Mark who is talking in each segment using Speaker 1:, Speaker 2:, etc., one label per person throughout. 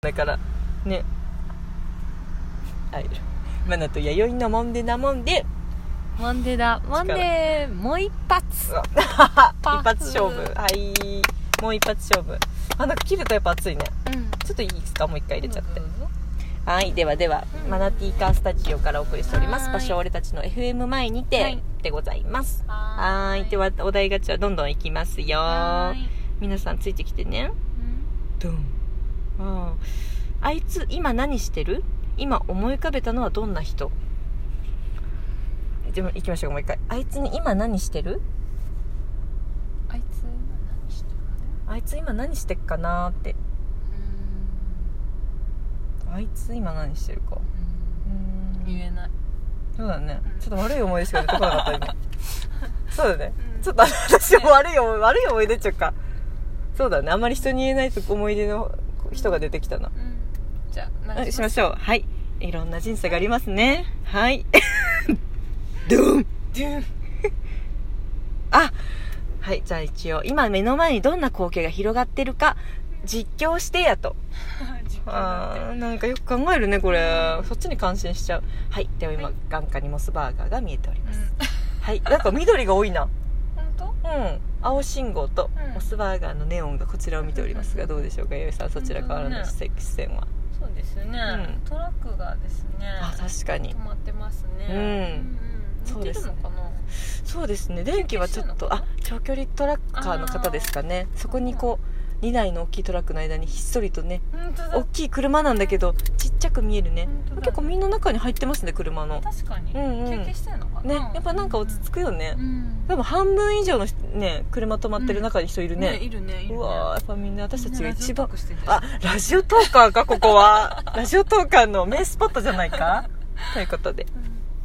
Speaker 1: だからね会えるマナと弥生のもんでなもんで
Speaker 2: マンデーだマンデーもう一発
Speaker 1: うわ一発勝負はいもう一発勝負あなんか切るとやっぱ熱いね
Speaker 2: うん
Speaker 1: ちょっといいですかもう一回入れちゃって
Speaker 2: どうぞどうぞ
Speaker 1: はいではでは、
Speaker 2: うん
Speaker 1: マナティーカースタジオからお送りしております
Speaker 2: はー
Speaker 1: 場
Speaker 2: い
Speaker 1: 所は俺たちの FM 前にて、
Speaker 2: はい
Speaker 1: でございますは
Speaker 2: は
Speaker 1: ーいではお題ガチャどんどんいきますよ
Speaker 2: はーい
Speaker 1: 皆さんついてきてねドンあーあいつ今何してる今思い浮かべたのはどんな人でも行きましょうもう一回あいつに今何してる
Speaker 2: あいつ今何してるかね
Speaker 1: あいつ今何してっかなーってあいつ今何してるかう
Speaker 2: うーん言
Speaker 1: ん
Speaker 2: えない
Speaker 1: そうだね
Speaker 2: うん
Speaker 1: ちょっと悪い思い出しか出てこなか った今そうだね
Speaker 2: うん
Speaker 1: ちょっと私も悪い思い悪い思い出っちゃうかそうだねあんまり人に言えないと思い出の人が出てきたな
Speaker 2: うんじゃあ
Speaker 1: あ
Speaker 2: 流
Speaker 1: し
Speaker 2: し
Speaker 1: ま
Speaker 2: ます
Speaker 1: しょうはいいろんな人生がありますねはい ドゥンドゥン あはいじゃあ一応今目の前にどんな光景が広がってるか実況してやと
Speaker 2: 実況だ
Speaker 1: あ
Speaker 2: っ
Speaker 1: ーなんかよく考えるねこれそっちに感心しちゃうはいでは今、
Speaker 2: はい
Speaker 1: 眼下にモスバーガーが見えており
Speaker 2: て
Speaker 1: ま
Speaker 2: う
Speaker 1: す、
Speaker 2: ん
Speaker 1: はいなんか緑が多いな
Speaker 2: 本当
Speaker 1: うん青信号と
Speaker 2: うん
Speaker 1: モスバーガーのネオンがこちらを見ておりますがどうでしょうか弥生さんそちらからの視線は、
Speaker 2: そうですね
Speaker 1: うん
Speaker 2: トラックがですね
Speaker 1: あ確かに
Speaker 2: 止まってますね
Speaker 1: うん
Speaker 2: うん
Speaker 1: そ
Speaker 2: うん
Speaker 1: うで
Speaker 2: 似て
Speaker 1: す
Speaker 2: るのかな
Speaker 1: そうですね電気はちょっとあ長距離トラッカーの方ですかねそこにこう2台の大きいトラックの間にひっそりとね
Speaker 2: 本当だ
Speaker 1: 大きい車なんだけどちっちゃく見えるね
Speaker 2: 本当だ
Speaker 1: 結構みんな中に入ってますね車の
Speaker 2: 確かに、
Speaker 1: うんうん
Speaker 2: 休憩してんのか
Speaker 1: ね
Speaker 2: な
Speaker 1: やっぱなんか落ち着
Speaker 2: く、
Speaker 1: くよね
Speaker 2: うん、
Speaker 1: 多分半分以上の人ね車止まってる中に人いるね
Speaker 2: いるねいるね
Speaker 1: うわーやっぱみんな私たちが一番
Speaker 2: みんなラジオトークしてて
Speaker 1: あラジオトーカーかここはラジオトーカーの名スポットじゃないかということで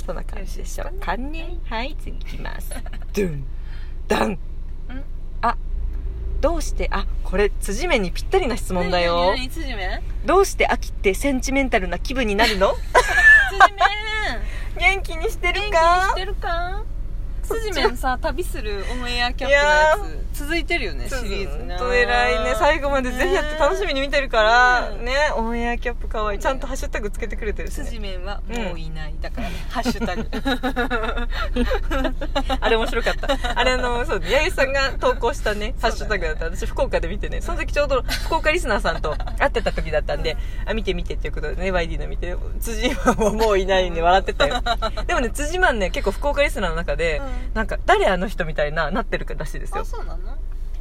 Speaker 2: う
Speaker 1: そんな感じでしょうかねはい次いきます ドゥンダン
Speaker 2: ん
Speaker 1: どうしてあこれ辻目にぴったりな質問だよ
Speaker 2: 何何何辻め
Speaker 1: どうして秋ってセンチメンタルな気分になるの
Speaker 2: 辻 め
Speaker 1: 元気にしてる
Speaker 2: 元気 にし
Speaker 1: か
Speaker 2: てるか
Speaker 1: そっち
Speaker 2: 辻めさ旅するオンエアキャンプのやつ続いてるよねシリーズ
Speaker 1: ね
Speaker 2: ね
Speaker 1: と偉いね最後までぜひやって楽しみに見てるから
Speaker 2: ね
Speaker 1: ねオンエアキャップかわいい
Speaker 2: ね
Speaker 1: ちゃんとハッシュタグつけてくれてるし、
Speaker 2: 辻
Speaker 1: ね、
Speaker 2: めはもういない、だからねハッシュタグ
Speaker 1: あれ面白かったあれあのそう弥生さんが投稿したねハッシュタグだった私福岡で見てねその時ちょうど福岡リスナーさんと会ってた時だったんであ見て見てっていうことでね YD の見て辻マンはもういないんで笑ってた よでもね辻マンね結構福岡リスナーの中で、
Speaker 2: うん
Speaker 1: なんか誰あの人みたいななってるらしいですよ
Speaker 2: あそうなの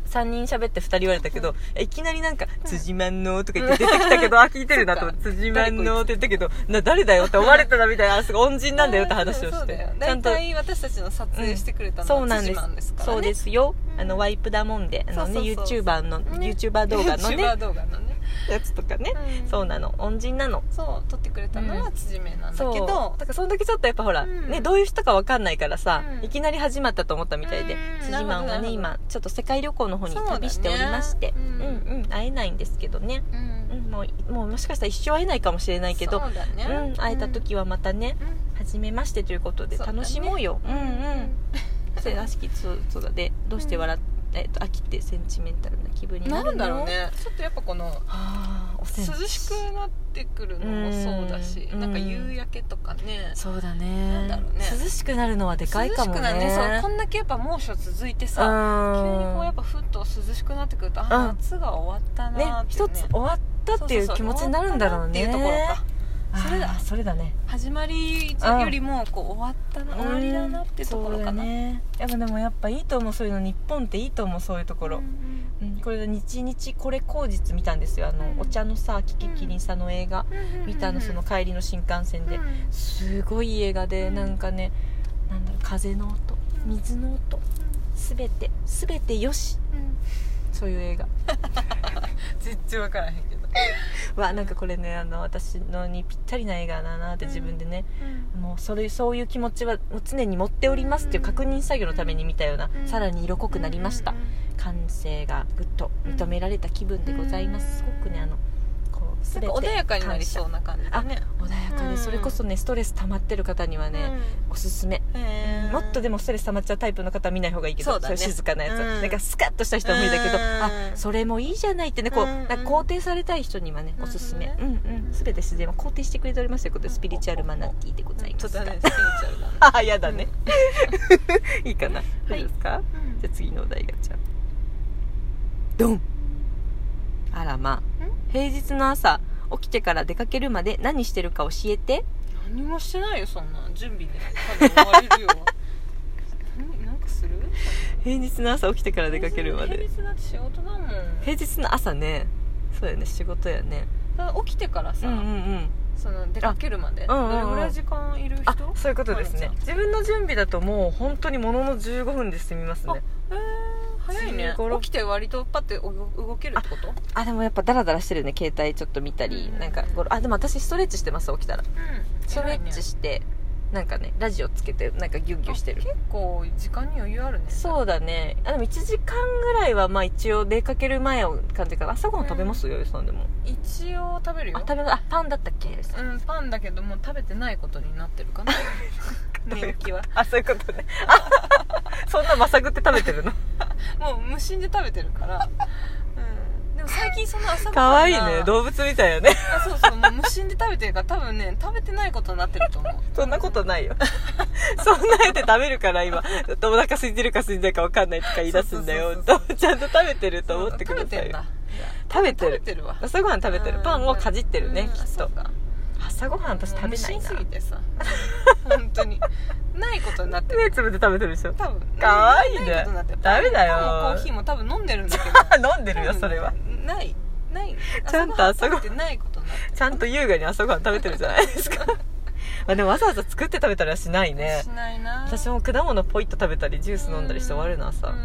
Speaker 1: 3人喋って2人言われたけど、いきなりなんか「辻まんの」とか言って出てきたけ ど、あ聞いてるなと思って「辻まんの」って言ったけどな誰だよって思われたなみたいなあすごい恩人なんだよって話をし
Speaker 2: そうだ
Speaker 1: て
Speaker 2: よ
Speaker 1: ちゃ
Speaker 2: 大
Speaker 1: んと
Speaker 2: 体私たちの撮影してくれたの
Speaker 1: そう
Speaker 2: は
Speaker 1: なんで
Speaker 2: 辻
Speaker 1: す
Speaker 2: マンですからね
Speaker 1: そうですすよ、
Speaker 2: うん
Speaker 1: あのワイプだもんであのね
Speaker 2: そうそうそう
Speaker 1: YouTuber の、
Speaker 2: ね
Speaker 1: YouTuber 動画の
Speaker 2: YouTuber
Speaker 1: ね
Speaker 2: 動画のね
Speaker 1: やつとかね、
Speaker 2: うん
Speaker 1: そうなの恩人なの
Speaker 2: そう撮ってくれたの
Speaker 1: う
Speaker 2: は
Speaker 1: ん
Speaker 2: 辻めなんだけ
Speaker 1: そう
Speaker 2: ど、
Speaker 1: だからその時ちょっとやっぱほら、
Speaker 2: うん
Speaker 1: ね、どういう人か分かんないからさ、
Speaker 2: うん
Speaker 1: いきなり始まったと思ったみたいで、
Speaker 2: うん
Speaker 1: 辻マン
Speaker 2: な
Speaker 1: が
Speaker 2: るほ
Speaker 1: ね
Speaker 2: どなる
Speaker 1: 今ちょっと世界旅行の方に旅しておりましてう,、
Speaker 2: そうだね
Speaker 1: んうん会えないんですけどね、
Speaker 2: うん
Speaker 1: うん、もうもうもしかしたら一生会えないかもしれないけど
Speaker 2: そうだね、
Speaker 1: うん、会えた時はまたね、初めましてということで
Speaker 2: そうだね
Speaker 1: 楽しもうよう,、
Speaker 2: うん
Speaker 1: うんそれらしきそうそうだでどうして笑っ、えっと飽きてセンチメンタルな気分になるの
Speaker 2: なんだろうねちょっとやっぱこの
Speaker 1: はあおせん
Speaker 2: 涼しくなってくるのもそうだし、
Speaker 1: うん
Speaker 2: なんか夕焼けとかね、
Speaker 1: そうだ
Speaker 2: な
Speaker 1: ね
Speaker 2: んだろうね
Speaker 1: 涼しくなるのはでかい
Speaker 2: 涼
Speaker 1: か
Speaker 2: し
Speaker 1: も
Speaker 2: く
Speaker 1: ね
Speaker 2: なるねそうこんだけやっぱ猛暑続いてさ、急にこうやっぱふっと涼しくなってくると、あ
Speaker 1: うん
Speaker 2: 夏が終わった
Speaker 1: うん
Speaker 2: なー
Speaker 1: ね
Speaker 2: ってい
Speaker 1: 一
Speaker 2: うね
Speaker 1: つ終わったっていう気持ちになるんだろうね
Speaker 2: そうそうそう終わったなっていうところか
Speaker 1: あー
Speaker 2: それだ
Speaker 1: それだね
Speaker 2: 始まりよりもこう終わったな、終わりだなっていうところか
Speaker 1: うんそうだ
Speaker 2: な、
Speaker 1: ねやっぱでもやっぱいいと思うそういうの日本っていいと思うそういうところ、
Speaker 2: うん
Speaker 1: うん、これで日日これ口実見たんですよあの、
Speaker 2: うん
Speaker 1: お茶のさキキキリンさんの映画
Speaker 2: うん
Speaker 1: 見たのその帰りの新幹線で、
Speaker 2: うん
Speaker 1: すごいいい映画で、
Speaker 2: うん
Speaker 1: なんかねなんだろう風の音水の音すべてすべてよしそういう映画
Speaker 2: 全然分からへんけど、
Speaker 1: はなんかこれねあの私のにぴったりな映画だなって
Speaker 2: うん
Speaker 1: 自分でね、もうそれそういう気持ちはもう常に持っておりますっていう確認作業のために見たような、
Speaker 2: うん
Speaker 1: さらに色濃くなりました、感性がぐっと認められた気分でございます、
Speaker 2: うん
Speaker 1: すごくねあのこうすべて
Speaker 2: なんか穏やかになり
Speaker 1: 感謝
Speaker 2: そうな感じだね
Speaker 1: 穏やかで、
Speaker 2: うん
Speaker 1: それこそねストレス溜まってる方にはね、おすすめ、
Speaker 2: うんへうん
Speaker 1: もっとでもストレス溜まっちゃうタイプの方は見ない方がいいけど
Speaker 2: そうだね
Speaker 1: れ静かなやつ、
Speaker 2: うん
Speaker 1: なんかスカッとした人は無理だけど、
Speaker 2: うん
Speaker 1: あそれもいいじゃないってねこう、
Speaker 2: うんうん
Speaker 1: なんか肯定されたい人にはねおすすめ、
Speaker 2: なる
Speaker 1: うんうん全て自然を肯定してくれておりますということでスピリチュアルマナティーでござい
Speaker 2: ち
Speaker 1: ま
Speaker 2: ょっ
Speaker 1: す
Speaker 2: と
Speaker 1: が、
Speaker 2: ねスピリチュアルだね
Speaker 1: あやだね、 いいかな、どうですか
Speaker 2: うん
Speaker 1: じゃあ次のお題がちゃんドンあらまあ平日の朝起きてから出かけるまで何してるか教えて
Speaker 2: 何もしてないよそんな準備で多分終われるよ 何なんかする
Speaker 1: 平日の朝起きてから出かけるまで
Speaker 2: 平日だって仕事だもん
Speaker 1: 平日の朝ねそうやね仕事やね
Speaker 2: ただ起きてから
Speaker 1: う
Speaker 2: さ、
Speaker 1: んうんうん
Speaker 2: その出かけるまで
Speaker 1: あ
Speaker 2: ど
Speaker 1: うんうんうん
Speaker 2: れぐらい時間いる人
Speaker 1: あそういうことですね
Speaker 2: まりち
Speaker 1: 自分の準備だともう本当にものの15分で済みますね
Speaker 2: ゃんへー早いね
Speaker 1: 15
Speaker 2: 起きて割とパッてお動けるってこと
Speaker 1: あでもやっぱダラダラしてるね携帯ちょっと見たり
Speaker 2: うん
Speaker 1: なんかゴロあでも私ストレッチしてます起きたら
Speaker 2: うん
Speaker 1: ストレッチ
Speaker 2: し
Speaker 1: してなんかねラジオつけてなんかギュッギュッしてる
Speaker 2: 結構時間に余裕あるね
Speaker 1: そうだねあでも1時間ぐらいはまあ一応出かける前を感じから朝ごはん食べますよよいさんでも
Speaker 2: 一応食べるよ
Speaker 1: あ食べますあパンだったっけよいさん
Speaker 2: うんパンだけどもう食べてないことになってるか な寝起きは
Speaker 1: あそういうことねそんなまさぐって食べてる の
Speaker 2: もう無心で食べてるから、うん、でも最近その朝ごはんが
Speaker 1: 可愛いね動物みたいよね
Speaker 2: あそうそうもう無心で食べてるから多分ね食べてないことになってると思う
Speaker 1: そんなことないよ そんなやって食べるから今ちょっとお腹空いてるか空いてないか分かんないとか言い出すんだよ
Speaker 2: そう
Speaker 1: ちゃんと食べてると思ってくだ
Speaker 2: 食べ
Speaker 1: さ
Speaker 2: て
Speaker 1: い
Speaker 2: んだ
Speaker 1: 食べて
Speaker 2: 食べ
Speaker 1: る
Speaker 2: てるわ
Speaker 1: 朝ごはん食べてるパンをかじってるね
Speaker 2: うん
Speaker 1: きっ
Speaker 2: そ
Speaker 1: と
Speaker 2: うか
Speaker 1: 朝ごはん私食べない
Speaker 2: 無心
Speaker 1: な
Speaker 2: すぎてさ本当にないことになってる
Speaker 1: 目つぶって食べてるでしょ
Speaker 2: 多分
Speaker 1: 可愛いね
Speaker 2: ないことになってる
Speaker 1: ダメだよ
Speaker 2: パンもコーヒーも多分飲んでるんだけど
Speaker 1: 飲んでるよそれは
Speaker 2: 多分ないない
Speaker 1: ちゃんと朝ごはん
Speaker 2: 食べてないことになってる
Speaker 1: ちゃんと優雅に朝ごはん食べてるじゃないです かまあでもわざわざ作って食べたりはしないね
Speaker 2: しないな
Speaker 1: 私も果物ポイッと食べたりジュース飲んだりして終わるな
Speaker 2: う
Speaker 1: 朝
Speaker 2: ん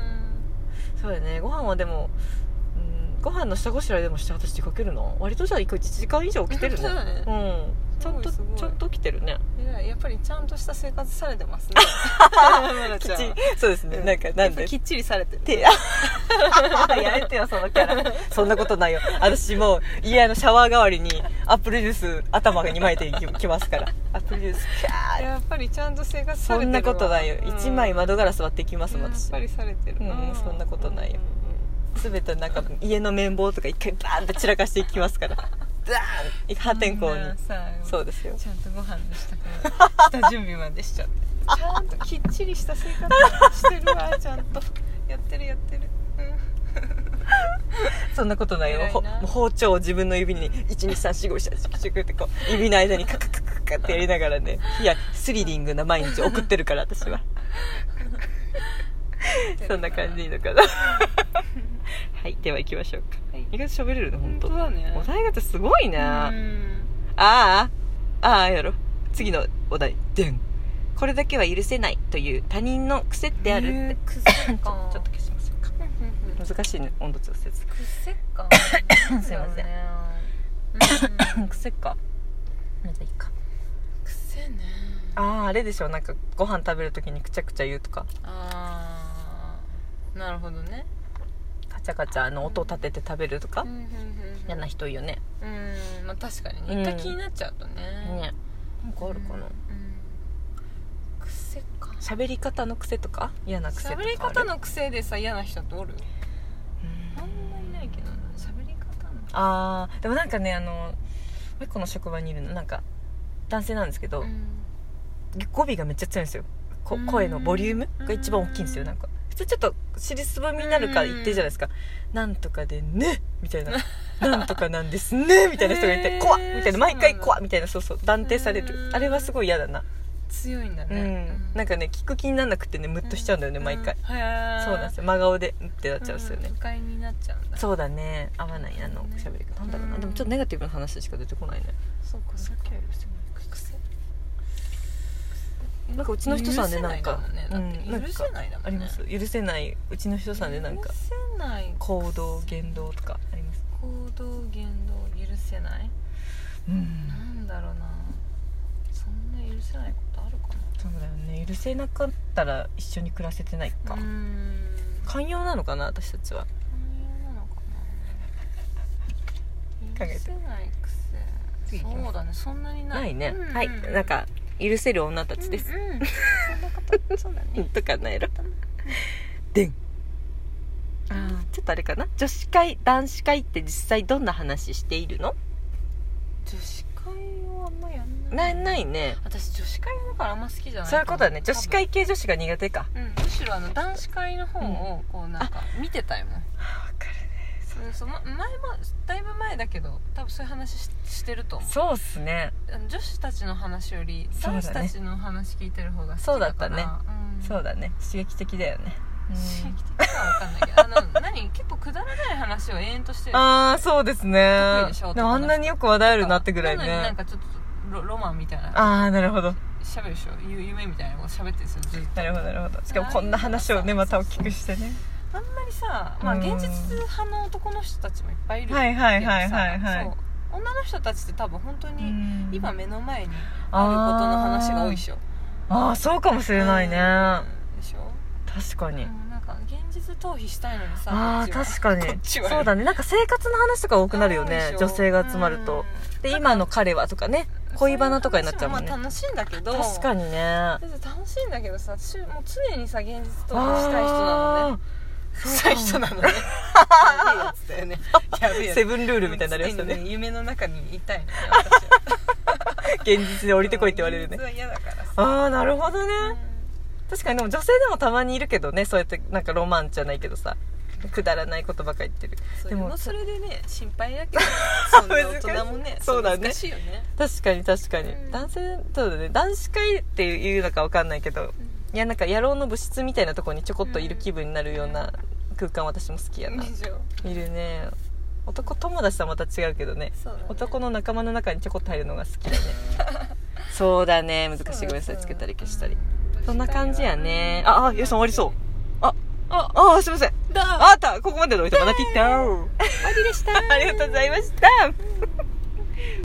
Speaker 1: そうだねご飯はでもうんご飯の下ごしらえでもして私出かけるな割とじゃあ1時間以上起きてるね
Speaker 2: そうだね
Speaker 1: うんちゃんと
Speaker 2: すごいすごい
Speaker 1: ちゃんと起きてるね
Speaker 2: 偉いやっぱりちゃんとした生活されて ますねノラ
Speaker 1: きっ
Speaker 2: ちゃん
Speaker 1: ちり
Speaker 2: は
Speaker 1: そうですね、
Speaker 2: う
Speaker 1: なんかなん
Speaker 2: やっぱ
Speaker 1: で
Speaker 2: きっちりされてる
Speaker 1: 手やめてよそのキャラ そんなことないよ私もう家のシャワー代わりにアップルジュース頭に巻いていききますからアップルジュースキャー
Speaker 2: やっぱりちゃんと生活され
Speaker 1: そ
Speaker 2: てる
Speaker 1: ん
Speaker 2: わ
Speaker 1: なことないよ、
Speaker 2: うん
Speaker 1: 一枚窓ガラス割っていきますもん
Speaker 2: やっ
Speaker 1: 私
Speaker 2: ぱりされてる
Speaker 1: うんそんなことないよ
Speaker 2: うんうんうん
Speaker 1: 全てなんか家の綿棒とか一回バーンって散らかしていきますからダーン破天荒に
Speaker 2: そ
Speaker 1: そうですよ
Speaker 2: ちゃんとご飯の支度から下準備までしちゃってちゃんときっちりした生活してる わちゃんとやってるやってる、
Speaker 1: そんなことないよ
Speaker 2: 偉いな
Speaker 1: ほもう包丁を自分の指に1234567ってこう指の間にカカカカカってやりながらねいやスリリングな毎日送ってるから私はそんな感じでいいのかなはいでは行きましょうか
Speaker 2: はい
Speaker 1: 意外と喋れるね本
Speaker 2: 本
Speaker 1: 当
Speaker 2: 当だね
Speaker 1: お題がすごいな、
Speaker 2: うん
Speaker 1: ああああやろ次のお題でんこれだけは許せないという他人の癖ってあるって、
Speaker 2: えー癖
Speaker 1: ちょ
Speaker 2: か
Speaker 1: ちょっと消しましょうか
Speaker 2: うんうんうん
Speaker 1: 難しいね温度調節
Speaker 2: 癖か
Speaker 1: すいません
Speaker 2: んうん
Speaker 1: 癖かまだいいか
Speaker 2: 癖ね
Speaker 1: あああれでしょなんかご飯食べるときにくちゃくちゃ言うとか
Speaker 2: あーなるほどね
Speaker 1: カチャカチャあの音を立てて食べるとか
Speaker 2: うんうんうんうん
Speaker 1: 嫌な人いいよね
Speaker 2: うんまあ確かに
Speaker 1: うん
Speaker 2: ね一回気になっちゃうとね
Speaker 1: ねなんかあるかな
Speaker 2: うんうん癖か
Speaker 1: 喋り方の癖とか嫌な癖とかあ
Speaker 2: 喋
Speaker 1: る
Speaker 2: り方の癖でさ嫌な人っておる
Speaker 1: うん
Speaker 2: あんまりないけどな喋り方の
Speaker 1: ああでもなんかねあのもう一個の職場にいるのなんか男性なんですけど、
Speaker 2: うん
Speaker 1: 語尾がめっちゃ強いんですよこ
Speaker 2: うん
Speaker 1: 声のボリュームが一番大きいんですよなんか普通ちょっと尻すぼみになるから言ってるじゃないですか「なんとかでね」みたい な「なんとかなんですね」みたいな人がい
Speaker 2: へ
Speaker 1: て「
Speaker 2: ー
Speaker 1: 怖っ!」みたいな毎
Speaker 2: そう
Speaker 1: 回「
Speaker 2: なんだ
Speaker 1: 怖っ!」みたいなそうそう断定される
Speaker 2: うん
Speaker 1: あれはすごい嫌だな
Speaker 2: 強いんだ
Speaker 1: う
Speaker 2: ね
Speaker 1: んなん
Speaker 2: か
Speaker 1: かね聞く気にならなくてねムッとしちゃうんだよね毎回
Speaker 2: そうな
Speaker 1: そうなんですよ真顔で「うんってなっちゃうんですよね
Speaker 2: 不快になっちゃうんだ
Speaker 1: そうだね合わないあの喋り方なんだろうな
Speaker 2: うん
Speaker 1: でもちょっとネガティブな話しか出てこないね
Speaker 2: そうかそうか癖
Speaker 1: なんかうちの人さんでなんか
Speaker 2: 許せないだもんねだって許せないだもんね
Speaker 1: あります許せないうちの人さんでなんか
Speaker 2: 許せない
Speaker 1: 行動言動とかあります
Speaker 2: 行動言動許せない
Speaker 1: うん
Speaker 2: なんだろうなそんな許せないことあるか
Speaker 1: そうだよね許せなかったら一緒に暮らせてない
Speaker 2: な
Speaker 1: か、
Speaker 2: うーん
Speaker 1: 寛容なのかな私たちは
Speaker 2: 寛容なのかな
Speaker 1: 考えて
Speaker 2: 許せない癖
Speaker 1: 次行きます
Speaker 2: そうだねそんなにない
Speaker 1: ないね、
Speaker 2: うんうん
Speaker 1: はいなんか許せる女たちです、
Speaker 2: うんうん、そんなことそうだね
Speaker 1: とかなんやろでんちょっとあれかな女子会男子会って実際どんな話しているの
Speaker 2: 女子会はあんまやんな
Speaker 1: ないいないね
Speaker 2: 私女子会だからあんま好きじゃない
Speaker 1: そういうことだね
Speaker 2: 多
Speaker 1: 女
Speaker 2: 分
Speaker 1: 子会系女子が苦手か
Speaker 2: うん、むしろあの男子会の方をこうなんか見てたいもん、
Speaker 1: 分かる
Speaker 2: うん、そうま前もだいぶ前だけど多分そういう話ししてると思う
Speaker 1: そうっすね
Speaker 2: あの女子たちの話より
Speaker 1: そうだね
Speaker 2: 男子たちの話聞いてる方が好き
Speaker 1: そうだ
Speaker 2: だ
Speaker 1: った
Speaker 2: から
Speaker 1: ね
Speaker 2: ん、
Speaker 1: そうだね刺激的だよね、
Speaker 2: 刺激的かは分かんないけどあの何結構くだらない話を延々としてる
Speaker 1: ああそうですね
Speaker 2: 得意でしょ
Speaker 1: でもあんなによく話題あるなってぐらい
Speaker 2: なのにな
Speaker 1: ね
Speaker 2: んかちょっとロロマンみたいな
Speaker 1: ああなるほど
Speaker 2: 喋るでしょゆ夢みたいなこと喋ってるんですよずっ
Speaker 1: な
Speaker 2: と
Speaker 1: るほどなるほどしかもこんな話をねまたお聞くしてね
Speaker 2: あんまりさ、まあ、
Speaker 1: うん
Speaker 2: 現実派の男の人たちもいっぱいいるけどさ
Speaker 1: はいはいはいはいはい
Speaker 2: そう女の人たちって多分本当
Speaker 1: う
Speaker 2: に
Speaker 1: ん
Speaker 2: 今目の前にあることの話が多いでしょ
Speaker 1: ああそうかもしれないね、
Speaker 2: うんでしょ
Speaker 1: 確かに、
Speaker 2: でもなんか現実逃避したいのにさ
Speaker 1: ああ
Speaker 2: こっちは
Speaker 1: 確かに
Speaker 2: こっちは
Speaker 1: そうだねなんか生活の話とか多くなるよ
Speaker 2: 多い
Speaker 1: ね
Speaker 2: でしょ
Speaker 1: 女性が集まると、
Speaker 2: うん
Speaker 1: で今の彼はとかね恋バナとかになっちゃうもんね
Speaker 2: そい話まあ楽しいんだけど
Speaker 1: 確か
Speaker 2: に
Speaker 1: にね
Speaker 2: 楽しいんだけどさ私もう常にさ現実逃
Speaker 1: あ
Speaker 2: 避
Speaker 1: ー
Speaker 2: したい人なの ね臭い人な のねやべえやつだよねやべえやつ
Speaker 1: セブンルールみたいになりましたね
Speaker 2: 常に夢の中にいたいのね
Speaker 1: 現実 で降りてこいって言われる
Speaker 2: 現実
Speaker 1: ね
Speaker 2: は嫌だからさ
Speaker 1: ああなるほどね、
Speaker 2: う
Speaker 1: 確かにでも女性でもたまにいるけどねそうやってなんかロマンじゃないけどさくだらないことばっか言ってる
Speaker 2: んそ
Speaker 1: で
Speaker 2: れも
Speaker 1: も
Speaker 2: それでね心配だ けどそんな大人もね
Speaker 1: 難しいそうだね
Speaker 2: 難しいよね
Speaker 1: 確かに確かに、
Speaker 2: うん
Speaker 1: 男性そうだね男子会っていうのかわかんないけどいやなんか野郎の部室みたいなとこにちょこっといる気分になるような空間私も好きやな、
Speaker 2: 以上
Speaker 1: いるね男友達とはまた違うけどね
Speaker 2: そうだね
Speaker 1: 男の仲間の中にちょこっと入るのが好 きだねそうだね難しいごめんなさいつけたり消したりそんな感じやねああよしさん終わりそうあああすいません
Speaker 2: だ
Speaker 1: ああったここまでのおいてまた切った
Speaker 2: 終わりでした
Speaker 1: ありがとうございました